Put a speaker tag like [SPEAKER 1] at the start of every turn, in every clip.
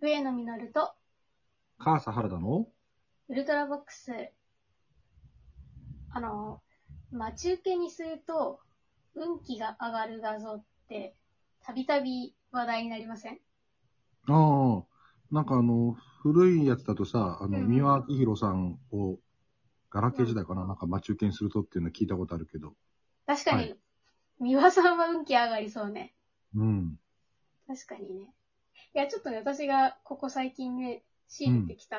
[SPEAKER 1] 上野実と
[SPEAKER 2] 母さん原田の
[SPEAKER 1] ウルトラボックス。あの、待ち受けにすると、運気が上がる画像って、たびたび話題になりません
[SPEAKER 2] ああ、なんかあの、古いやつだとさ、あの、
[SPEAKER 1] うん
[SPEAKER 2] 三輪明宏さんを、ガラケー時代かな、
[SPEAKER 1] うん
[SPEAKER 2] なんか待ち受けにするとっていうの聞いたことあるけど。
[SPEAKER 1] 確か
[SPEAKER 2] は
[SPEAKER 1] に、三輪さんは運気上がりそうね。
[SPEAKER 2] うん。
[SPEAKER 1] 確かにね。いや、ちょっとね、私がここ最近ね、仕入れてきた、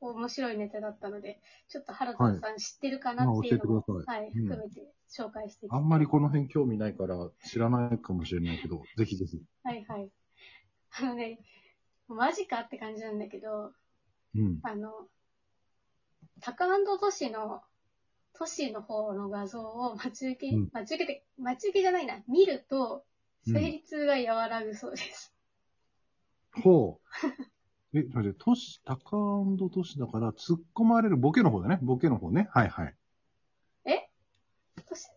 [SPEAKER 1] 面白いネタだったので、ちょっと原田さん知ってるかな
[SPEAKER 2] まあ
[SPEAKER 1] って
[SPEAKER 2] 教
[SPEAKER 1] い
[SPEAKER 2] えて
[SPEAKER 1] う
[SPEAKER 2] く
[SPEAKER 1] の
[SPEAKER 2] だ
[SPEAKER 1] を、
[SPEAKER 2] さい。
[SPEAKER 1] はい、
[SPEAKER 2] うん
[SPEAKER 1] 含めて紹介していき
[SPEAKER 2] あんまりこの辺興味ないから知らないかもしれないけど、ぜひぜひ。
[SPEAKER 1] はいはい。あのね、マジかって感じなんだけど、
[SPEAKER 2] うん。
[SPEAKER 1] あの、高安都市の、都市の方の画像を待ち受け、
[SPEAKER 2] うん
[SPEAKER 1] 待ち受けて、待ち受けじゃないな、見ると、
[SPEAKER 2] うん
[SPEAKER 1] 生理痛が和らぐそうです。
[SPEAKER 2] ほう。え、待って、都市、高安都市だから、突っ込まれるボケの方だね。ボケの方ね。はいはい。
[SPEAKER 1] 都市、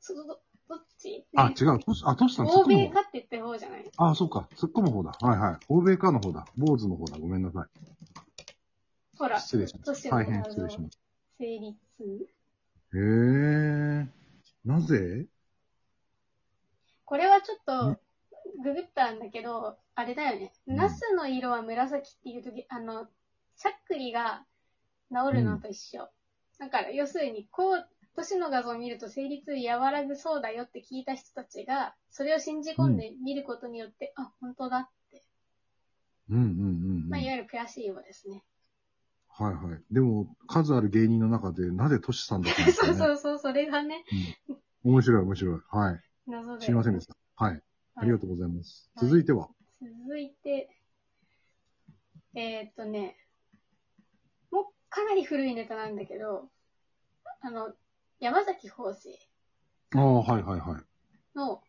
[SPEAKER 1] そど、どどっち
[SPEAKER 2] あ、
[SPEAKER 1] ね
[SPEAKER 2] 違う。都市、あ、都市さん突っ
[SPEAKER 1] 欧
[SPEAKER 2] 込む
[SPEAKER 1] 米
[SPEAKER 2] 方。
[SPEAKER 1] かって言った方じゃない
[SPEAKER 2] あそうか。突っ込む方だ。はいはい。欧米かの方だ。坊主の方だ。ごめんなさい。
[SPEAKER 1] ほら、
[SPEAKER 2] 失礼しま
[SPEAKER 1] 都市
[SPEAKER 2] し
[SPEAKER 1] の画
[SPEAKER 2] た。大
[SPEAKER 1] 像、
[SPEAKER 2] 変失礼しまし
[SPEAKER 1] 生理痛。
[SPEAKER 2] た。へえ。なぜ
[SPEAKER 1] これはちょっ
[SPEAKER 2] うん
[SPEAKER 1] と、ググったんだけど、あれだよね。
[SPEAKER 2] うん
[SPEAKER 1] ナスの色は紫っていうとき、あの、しゃっくりが治るのと一緒。だから、要するに、こう、都市の画像を見ると生理痛和らぐそうだよって聞いた人たちが、それを信じ込んで見ることによって、あ、本当だ。
[SPEAKER 2] うんうんうん、うん。
[SPEAKER 1] まあ、
[SPEAKER 2] はい
[SPEAKER 1] い
[SPEAKER 2] い
[SPEAKER 1] わゆる悔しいようですね。
[SPEAKER 2] はい。でも、数ある芸人の中で、なぜトシさんだったんですか
[SPEAKER 1] そう
[SPEAKER 2] ね。
[SPEAKER 1] そうそう、それがね、
[SPEAKER 2] うん面白い面白い。はい。
[SPEAKER 1] 謎で。
[SPEAKER 2] 知りませんでした。はい。ありがとうございます。
[SPEAKER 1] はい
[SPEAKER 2] 続いては、
[SPEAKER 1] 続いて、えーっとね、もうかなり古いネタなんだけど、あの、山崎法生
[SPEAKER 2] ああ、はいはいはい。
[SPEAKER 1] の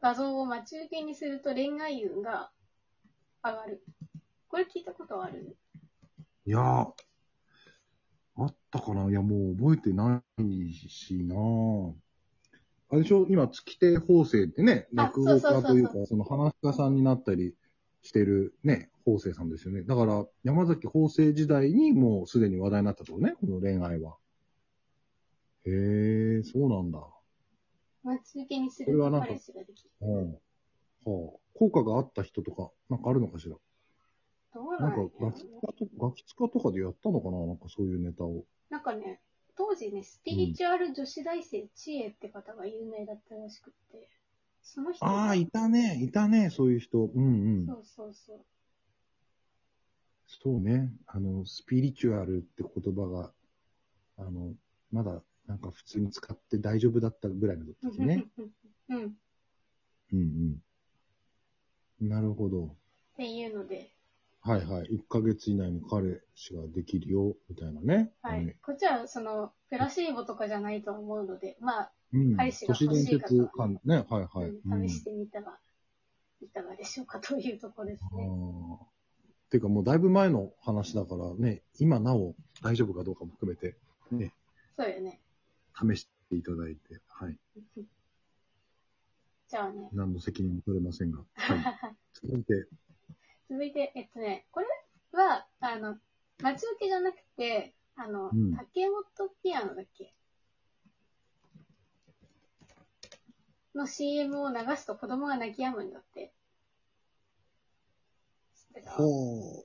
[SPEAKER 1] 画像を待ち受けにすると恋愛運が上がる。これ聞いたことある
[SPEAKER 2] いやー、あったかないや、もう覚えてないしなーあれでしょ今、月亭法政ってね、
[SPEAKER 1] あ
[SPEAKER 2] 落語
[SPEAKER 1] そうそうそ
[SPEAKER 2] 家
[SPEAKER 1] うそう
[SPEAKER 2] というか、その話家さんになったりしてるね、法政さんですよね。だから、山崎法政時代にもうすでに話題になったとね、この恋愛は。へえ、そうなんだ。
[SPEAKER 1] 待ち受けにす
[SPEAKER 2] こ
[SPEAKER 1] る
[SPEAKER 2] れ
[SPEAKER 1] と
[SPEAKER 2] はなんか
[SPEAKER 1] 彼氏ができる。
[SPEAKER 2] うん。はあ。効果があった人とか、なんかあるのかしら。
[SPEAKER 1] どうな
[SPEAKER 2] なん
[SPEAKER 1] ん
[SPEAKER 2] か
[SPEAKER 1] だろ、う
[SPEAKER 2] ガ
[SPEAKER 1] ね
[SPEAKER 2] キ使と、ガキ使とかでやったのかななんかそういうネタを。
[SPEAKER 1] なんかね、当時ね、スピリチュアル女子大生知恵って方が有名だったらしくって、その人が
[SPEAKER 2] ああ、いたね、いたね、そういう人。うんうん。
[SPEAKER 1] そうそうそう。
[SPEAKER 2] そうね。あの、スピリチュアルって言葉が、あの、まだ、なんか普通に使って大丈夫だったぐらいの時ね。
[SPEAKER 1] うん。っ
[SPEAKER 2] うんうん。なるほど。
[SPEAKER 1] ていうので、
[SPEAKER 2] はいはい。1ヶ月以内に彼氏ができるよ、みたいなね。
[SPEAKER 1] はい。。こっちは、その、プラシーボとかじゃないと思うので、まあ、
[SPEAKER 2] うん。
[SPEAKER 1] 彼氏が欲しい方
[SPEAKER 2] 都市伝説感ね。はいはい。
[SPEAKER 1] うん試してみたら、いかがでしょうかというところです
[SPEAKER 2] う
[SPEAKER 1] ね。
[SPEAKER 2] ん。ああ。ていうかもうだいぶ前の話だからね、今なお大丈夫かどうかも含めて、ね、
[SPEAKER 1] そうよね。
[SPEAKER 2] 試していただいて、はい。
[SPEAKER 1] じゃあね、
[SPEAKER 2] 何の責任も取れませんが。はい。続いて、
[SPEAKER 1] 続いて、えっとね、これは、あの、待ち受けじゃなくて、あの、
[SPEAKER 2] うん
[SPEAKER 1] 竹本ピアノだっけの CM を流すと子供が泣き止むんだって。知ってた
[SPEAKER 2] ほう。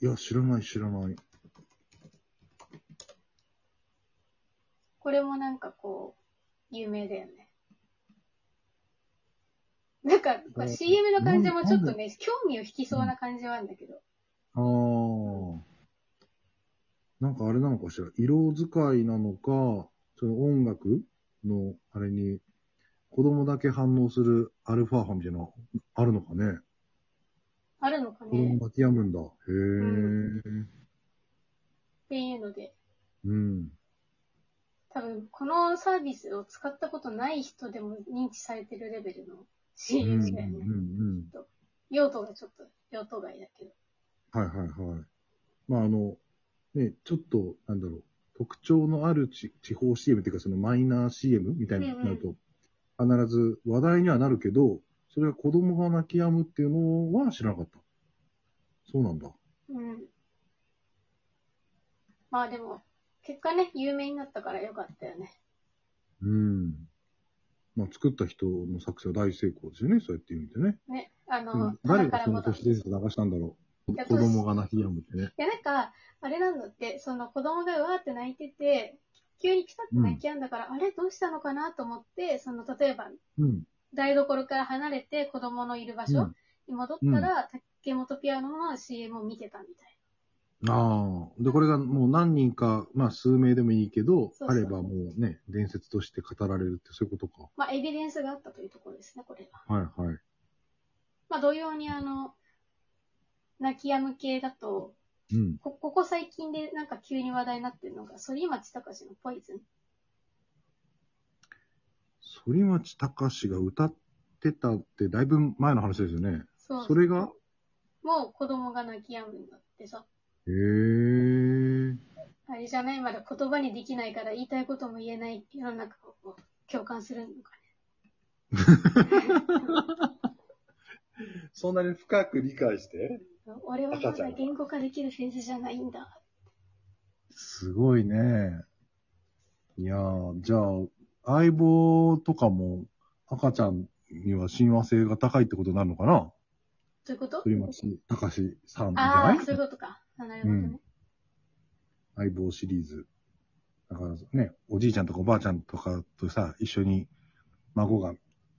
[SPEAKER 2] いや、知らない、知らない。
[SPEAKER 1] これもなんかこう、有名だよね。なんか、これ
[SPEAKER 2] うん
[SPEAKER 1] CM の感じもちょっと
[SPEAKER 2] なん
[SPEAKER 1] ね、興味を引きそうな感じはあるんだけど。
[SPEAKER 2] あー。なんかあれなのかしら。色使いなのか、その音楽の、あれに、子供だけ反応するアルファ波みたいな、あるのかね。
[SPEAKER 1] あるのか
[SPEAKER 2] 子供
[SPEAKER 1] ねっ
[SPEAKER 2] 泣き止むんだ。へえ。
[SPEAKER 1] ていうので、
[SPEAKER 2] うん。
[SPEAKER 1] 多分このサービスを使ったことない人でも認知されてるレベルの CM だよね。
[SPEAKER 2] うん
[SPEAKER 1] 用途がちょっと、用途外だけど。
[SPEAKER 2] うん。はいはいはい。まああの、ね、ちょっと、なんだろう、特徴のあるち地方 CM っていうか、そのマイナー CM みたいになると、必ず話題にはなるけど、それは子供が泣き止むっていうのは知らなかった。そうなんだ。
[SPEAKER 1] うん。まあでも、結果ね、有名になったからよかったよね。
[SPEAKER 2] うん。まあ、作った人の作戦は大成功ですよね、そうやって見てね。
[SPEAKER 1] ね、あの、
[SPEAKER 2] うん
[SPEAKER 1] 花か
[SPEAKER 2] 誰が
[SPEAKER 1] ら
[SPEAKER 2] その
[SPEAKER 1] も
[SPEAKER 2] 都市伝説流したんだろう
[SPEAKER 1] いや。
[SPEAKER 2] 子供が泣き止むってね。
[SPEAKER 1] いや、なんか、あれなんだって、その子供がうわーって泣いてて、急にピタッと泣き止んだから、あれどうしたのかなと思って、その、例えば、
[SPEAKER 2] うん。
[SPEAKER 1] 台所から離れて子供のいる場所に戻ったら、竹本ピアノの CM を見てたみたい
[SPEAKER 2] ああ。で、これがもう何人か、まあ数名でもいいけ
[SPEAKER 1] そ
[SPEAKER 2] ど、
[SPEAKER 1] うそう
[SPEAKER 2] あればもうね、伝説として語られるってそういうことか。
[SPEAKER 1] な。まあ、エビデンスがあったというところですね、これは。
[SPEAKER 2] はいはい。
[SPEAKER 1] まあ、同様に、あの、泣き止む系だと、
[SPEAKER 2] うん。
[SPEAKER 1] こここ最近でなんか急に話題になってるのが、反町隆史のポイズン。
[SPEAKER 2] 反町隆史が歌ってたってだいぶ前の話ですよね。
[SPEAKER 1] そう。
[SPEAKER 2] それが
[SPEAKER 1] もう子供が泣き止むんだってさ。
[SPEAKER 2] へえ。
[SPEAKER 1] あれじゃないまだ言葉にできないから言いたいことも言えない世の中をこう共感するのか
[SPEAKER 2] そんなに深く理解して
[SPEAKER 1] ね。俺はまだ言語化できる先生じゃないんだ。
[SPEAKER 2] すごいね。いやー、じゃあ、相棒とかも赤ちゃんには親和性が高いってことになるのかな
[SPEAKER 1] そういうこと
[SPEAKER 2] 反町隆史さんじゃな
[SPEAKER 1] あ
[SPEAKER 2] い
[SPEAKER 1] あ、そういうことか。あなるほどね。
[SPEAKER 2] 相棒シリーズ。だからね、おじいちゃんとかおばあちゃんとかとさ、一緒に孫が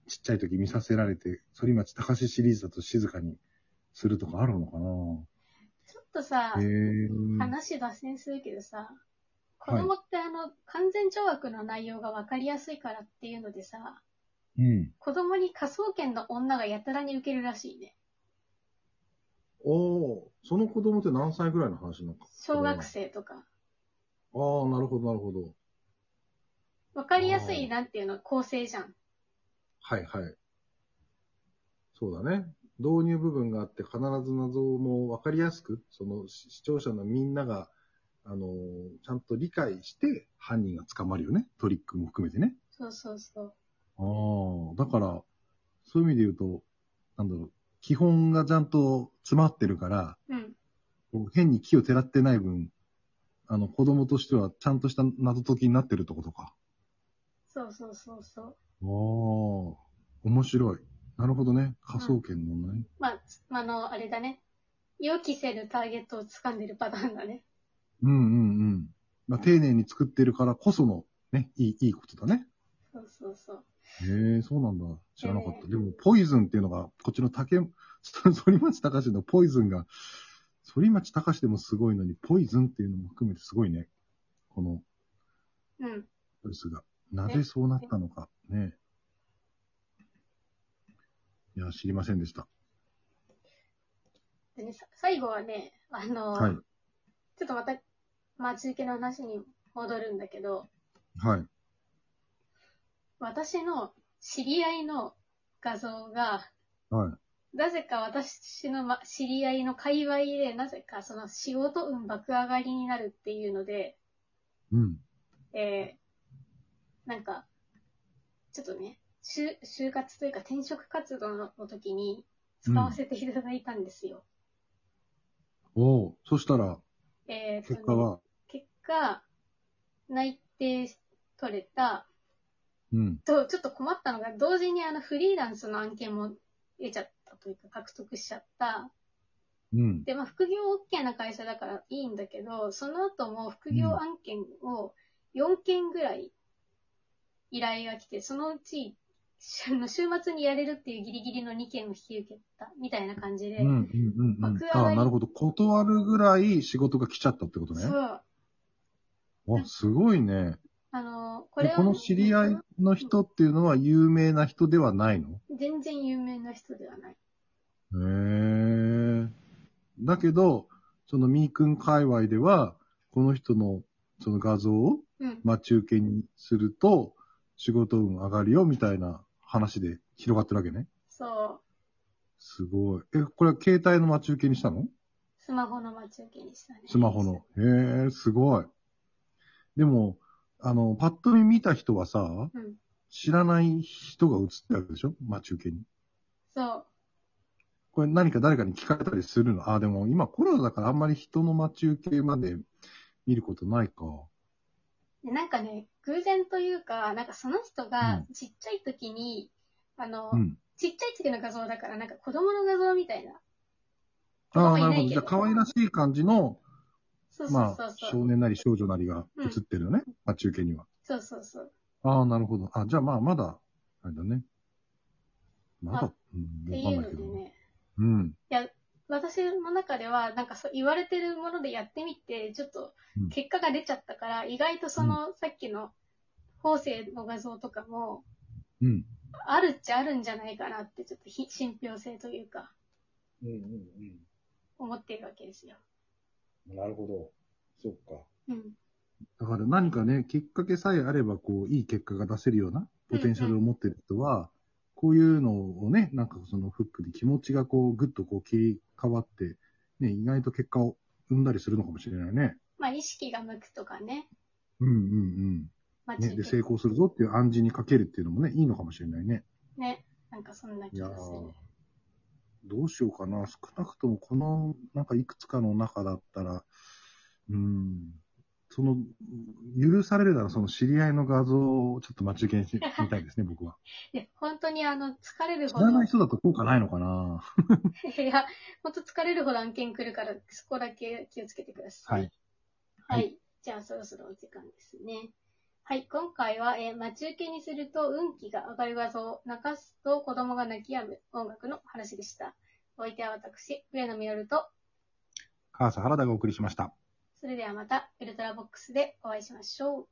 [SPEAKER 2] ちっちゃい時見させられて、反町隆史シリーズだと静かにするとかあるのか
[SPEAKER 1] ちょっとさ
[SPEAKER 2] なへ、え。
[SPEAKER 1] 話脱線するけどさ、子
[SPEAKER 2] はい
[SPEAKER 1] 供ってあの、完全懲悪の内容がわかりやすいからっていうのでさ、
[SPEAKER 2] うん。
[SPEAKER 1] 子供に科捜研の女がやたらに受けるらしいね。
[SPEAKER 2] おおーその子供って何歳ぐらいの話なのか。
[SPEAKER 1] 小学生とか。
[SPEAKER 2] ああ、なるほど、なるほど。
[SPEAKER 1] わかりやす
[SPEAKER 2] う
[SPEAKER 1] い、
[SPEAKER 2] ん
[SPEAKER 1] なんていうの、構成じゃん。
[SPEAKER 2] はいはい。そうだね。導入部分があって、必ず謎も分かりやすく、その視視聴者のみんなが、あのーちゃんと理解して、犯人が捕まるよね。トリックも含めてね。
[SPEAKER 1] そうそうそう。
[SPEAKER 2] ああ、だから、そういう意味で言うと、なんだろう、基本がちゃんと詰まってるから、
[SPEAKER 1] うん。
[SPEAKER 2] こう変に気をてらってない分、あの、子供としてはちゃんとした謎解きになってるってことか。
[SPEAKER 1] そうそうそうそう。
[SPEAKER 2] ああ、面白い。なるほどね。科捜研のね。
[SPEAKER 1] まあ、つあの、あれだね。予期せぬターゲットを掴んでるパターンだね。
[SPEAKER 2] うんうんうん。まあ、丁寧に作ってるからこその、ね、いい、いいことだね。
[SPEAKER 1] そうそうそう。
[SPEAKER 2] へえ、そうなんだ。知らなかっ
[SPEAKER 1] え
[SPEAKER 2] た。
[SPEAKER 1] え
[SPEAKER 2] でも、ポイズンっていうのが、こっちの竹、 反町隆史のポイズンが、反町隆史でもすごいのに、ポイズンっていうのも含めてすごいね。この
[SPEAKER 1] うん。
[SPEAKER 2] ニュースが。なぜそうなったのか、ね。いや、知りませんでした。
[SPEAKER 1] でね、さ最後はね、あの、
[SPEAKER 2] はい。
[SPEAKER 1] ちょっとまた、待ち受けの話に戻るんだけど、
[SPEAKER 2] はい。
[SPEAKER 1] 私の知り合いの画像が、
[SPEAKER 2] はい。
[SPEAKER 1] なぜか私の、ま、知り合いの界隈で、なぜかその仕事運爆上がりになるっていうので、
[SPEAKER 2] うん。
[SPEAKER 1] えー、なんか、ちょっとね、就就活というか転職活動の時に使わせていただいたんですよ。
[SPEAKER 2] おおそしたら、
[SPEAKER 1] えーとね
[SPEAKER 2] 結果は、
[SPEAKER 1] 結果、内定取れた、
[SPEAKER 2] うん。
[SPEAKER 1] と、ちょっと困ったのが、同時にあのフリーランスの案件も得ちゃったというか、獲得しちゃった。
[SPEAKER 2] うん。
[SPEAKER 1] で、まあ、副業 OK な会社だからいいんだけど、その後も副業案件を4件ぐらい依頼が来て、そのうち、あの週末にやれるっていうギリギリの2件を引き受けた、みたいな感じで、
[SPEAKER 2] うんうんうんうん
[SPEAKER 1] 爆上。がり
[SPEAKER 2] ああ、なるほど。断るぐらい仕事が来ちゃったってことね。
[SPEAKER 1] そう、
[SPEAKER 2] あ、すごいね。
[SPEAKER 1] あの、こ
[SPEAKER 2] こ
[SPEAKER 1] れは
[SPEAKER 2] この知り合いの人っていうのは有名な人ではないの
[SPEAKER 1] 全然有名な人ではない。
[SPEAKER 2] へえ。だけど、そのみーくん界隈では、この人のその画像を
[SPEAKER 1] うん。
[SPEAKER 2] 待ち受けにすると、仕事運上がるよみたいな話で広がってるわけね。
[SPEAKER 1] そう、
[SPEAKER 2] すごい。え、これは携帯の待ち受けにしたの
[SPEAKER 1] スマホの待ち受けにしたね。
[SPEAKER 2] スマホの。。へえ、すごい。でも、あの、パッと見見た人はさ、
[SPEAKER 1] うん。
[SPEAKER 2] 知らない人が映ってるわけでしょ待ち受けに。
[SPEAKER 1] そう。
[SPEAKER 2] これ何か誰かに聞かれたりするのあ、でも今コロナだからあんまり人の待ち受けまで見ることないか。
[SPEAKER 1] でなんかね、偶然というか、なんかその人がちっちゃい時に、あの、
[SPEAKER 2] うん。
[SPEAKER 1] ちっちゃい時の画像だから、なんか子供の画像みたいな。
[SPEAKER 2] ああ、
[SPEAKER 1] ま
[SPEAKER 2] な
[SPEAKER 1] あ
[SPEAKER 2] る
[SPEAKER 1] いない
[SPEAKER 2] ほど。
[SPEAKER 1] け
[SPEAKER 2] じ
[SPEAKER 1] ど
[SPEAKER 2] ゃあ可愛らしい感じの、
[SPEAKER 1] そうそ
[SPEAKER 2] ま
[SPEAKER 1] うそ
[SPEAKER 2] あ
[SPEAKER 1] う、そう。
[SPEAKER 2] 少年なり少女なりが映ってるよね。待ち受けには。
[SPEAKER 1] そうそうそう。
[SPEAKER 2] ああ、なるほど。あ、じゃあまあ、まだ、あれだね。まだ
[SPEAKER 1] あ、
[SPEAKER 2] うん
[SPEAKER 1] って
[SPEAKER 2] わ
[SPEAKER 1] い
[SPEAKER 2] かん
[SPEAKER 1] うの
[SPEAKER 2] ないけ
[SPEAKER 1] で
[SPEAKER 2] ど。
[SPEAKER 1] ね。
[SPEAKER 2] うん。
[SPEAKER 1] 私の中では、なんかそう言われてるものでやってみて、ちょっと
[SPEAKER 2] うん
[SPEAKER 1] 結果が出ちゃったから、意外とその、さっきの法政の画像とかも、
[SPEAKER 2] うん。
[SPEAKER 1] あるっちゃあるんじゃないかなって、ちょっとひ信憑性というか、
[SPEAKER 3] うんうん
[SPEAKER 1] 思ってるわけですよ。
[SPEAKER 3] うん。なるほど。そっか。
[SPEAKER 1] うん。
[SPEAKER 2] だから何かね、きっかけさえあれば、こう、いい結果が出せるようなポテンシャルを持ってる人は、こういうのをね、なんかそのフックで気持ちがこう、ぐっとこう切り替わって、ね、意外と結果を生んだりするのかもしれないね。
[SPEAKER 1] まあ、意識が向くとかね、
[SPEAKER 2] うんうんうん。
[SPEAKER 1] 待
[SPEAKER 2] ね、
[SPEAKER 1] ち
[SPEAKER 2] で、
[SPEAKER 1] 受
[SPEAKER 2] 成
[SPEAKER 1] け
[SPEAKER 2] 功するぞっていう暗示にかけるっていうのもね、いいのかもしれないね。
[SPEAKER 1] ね、なんかそんな気
[SPEAKER 2] いやー
[SPEAKER 1] がする。
[SPEAKER 2] どうしようかな。少なくともこの、なんかいくつかの中だったら、うん、その、許されるならその知り合いの画像をちょっと待ち受けにしてみたいですね、僕は。
[SPEAKER 1] で、本当にあの、疲れる
[SPEAKER 2] 知
[SPEAKER 1] ほど、
[SPEAKER 2] らない人だと効果ないのかな。
[SPEAKER 1] いや、本当疲れるほど案件来るから、そこだけ気をつけてください。
[SPEAKER 2] はい。
[SPEAKER 1] はい。
[SPEAKER 2] は
[SPEAKER 1] じゃあ、そろそろお時間ですね。はい。今回は、えー待ち受けにすると運気が上がる技を泣かすと子供が泣き止む音楽の話でした。お相手は私、上野実と、
[SPEAKER 2] 川瀬原田がお送りしました。
[SPEAKER 1] それではまた、ウルトラボックスでお会いしましょう。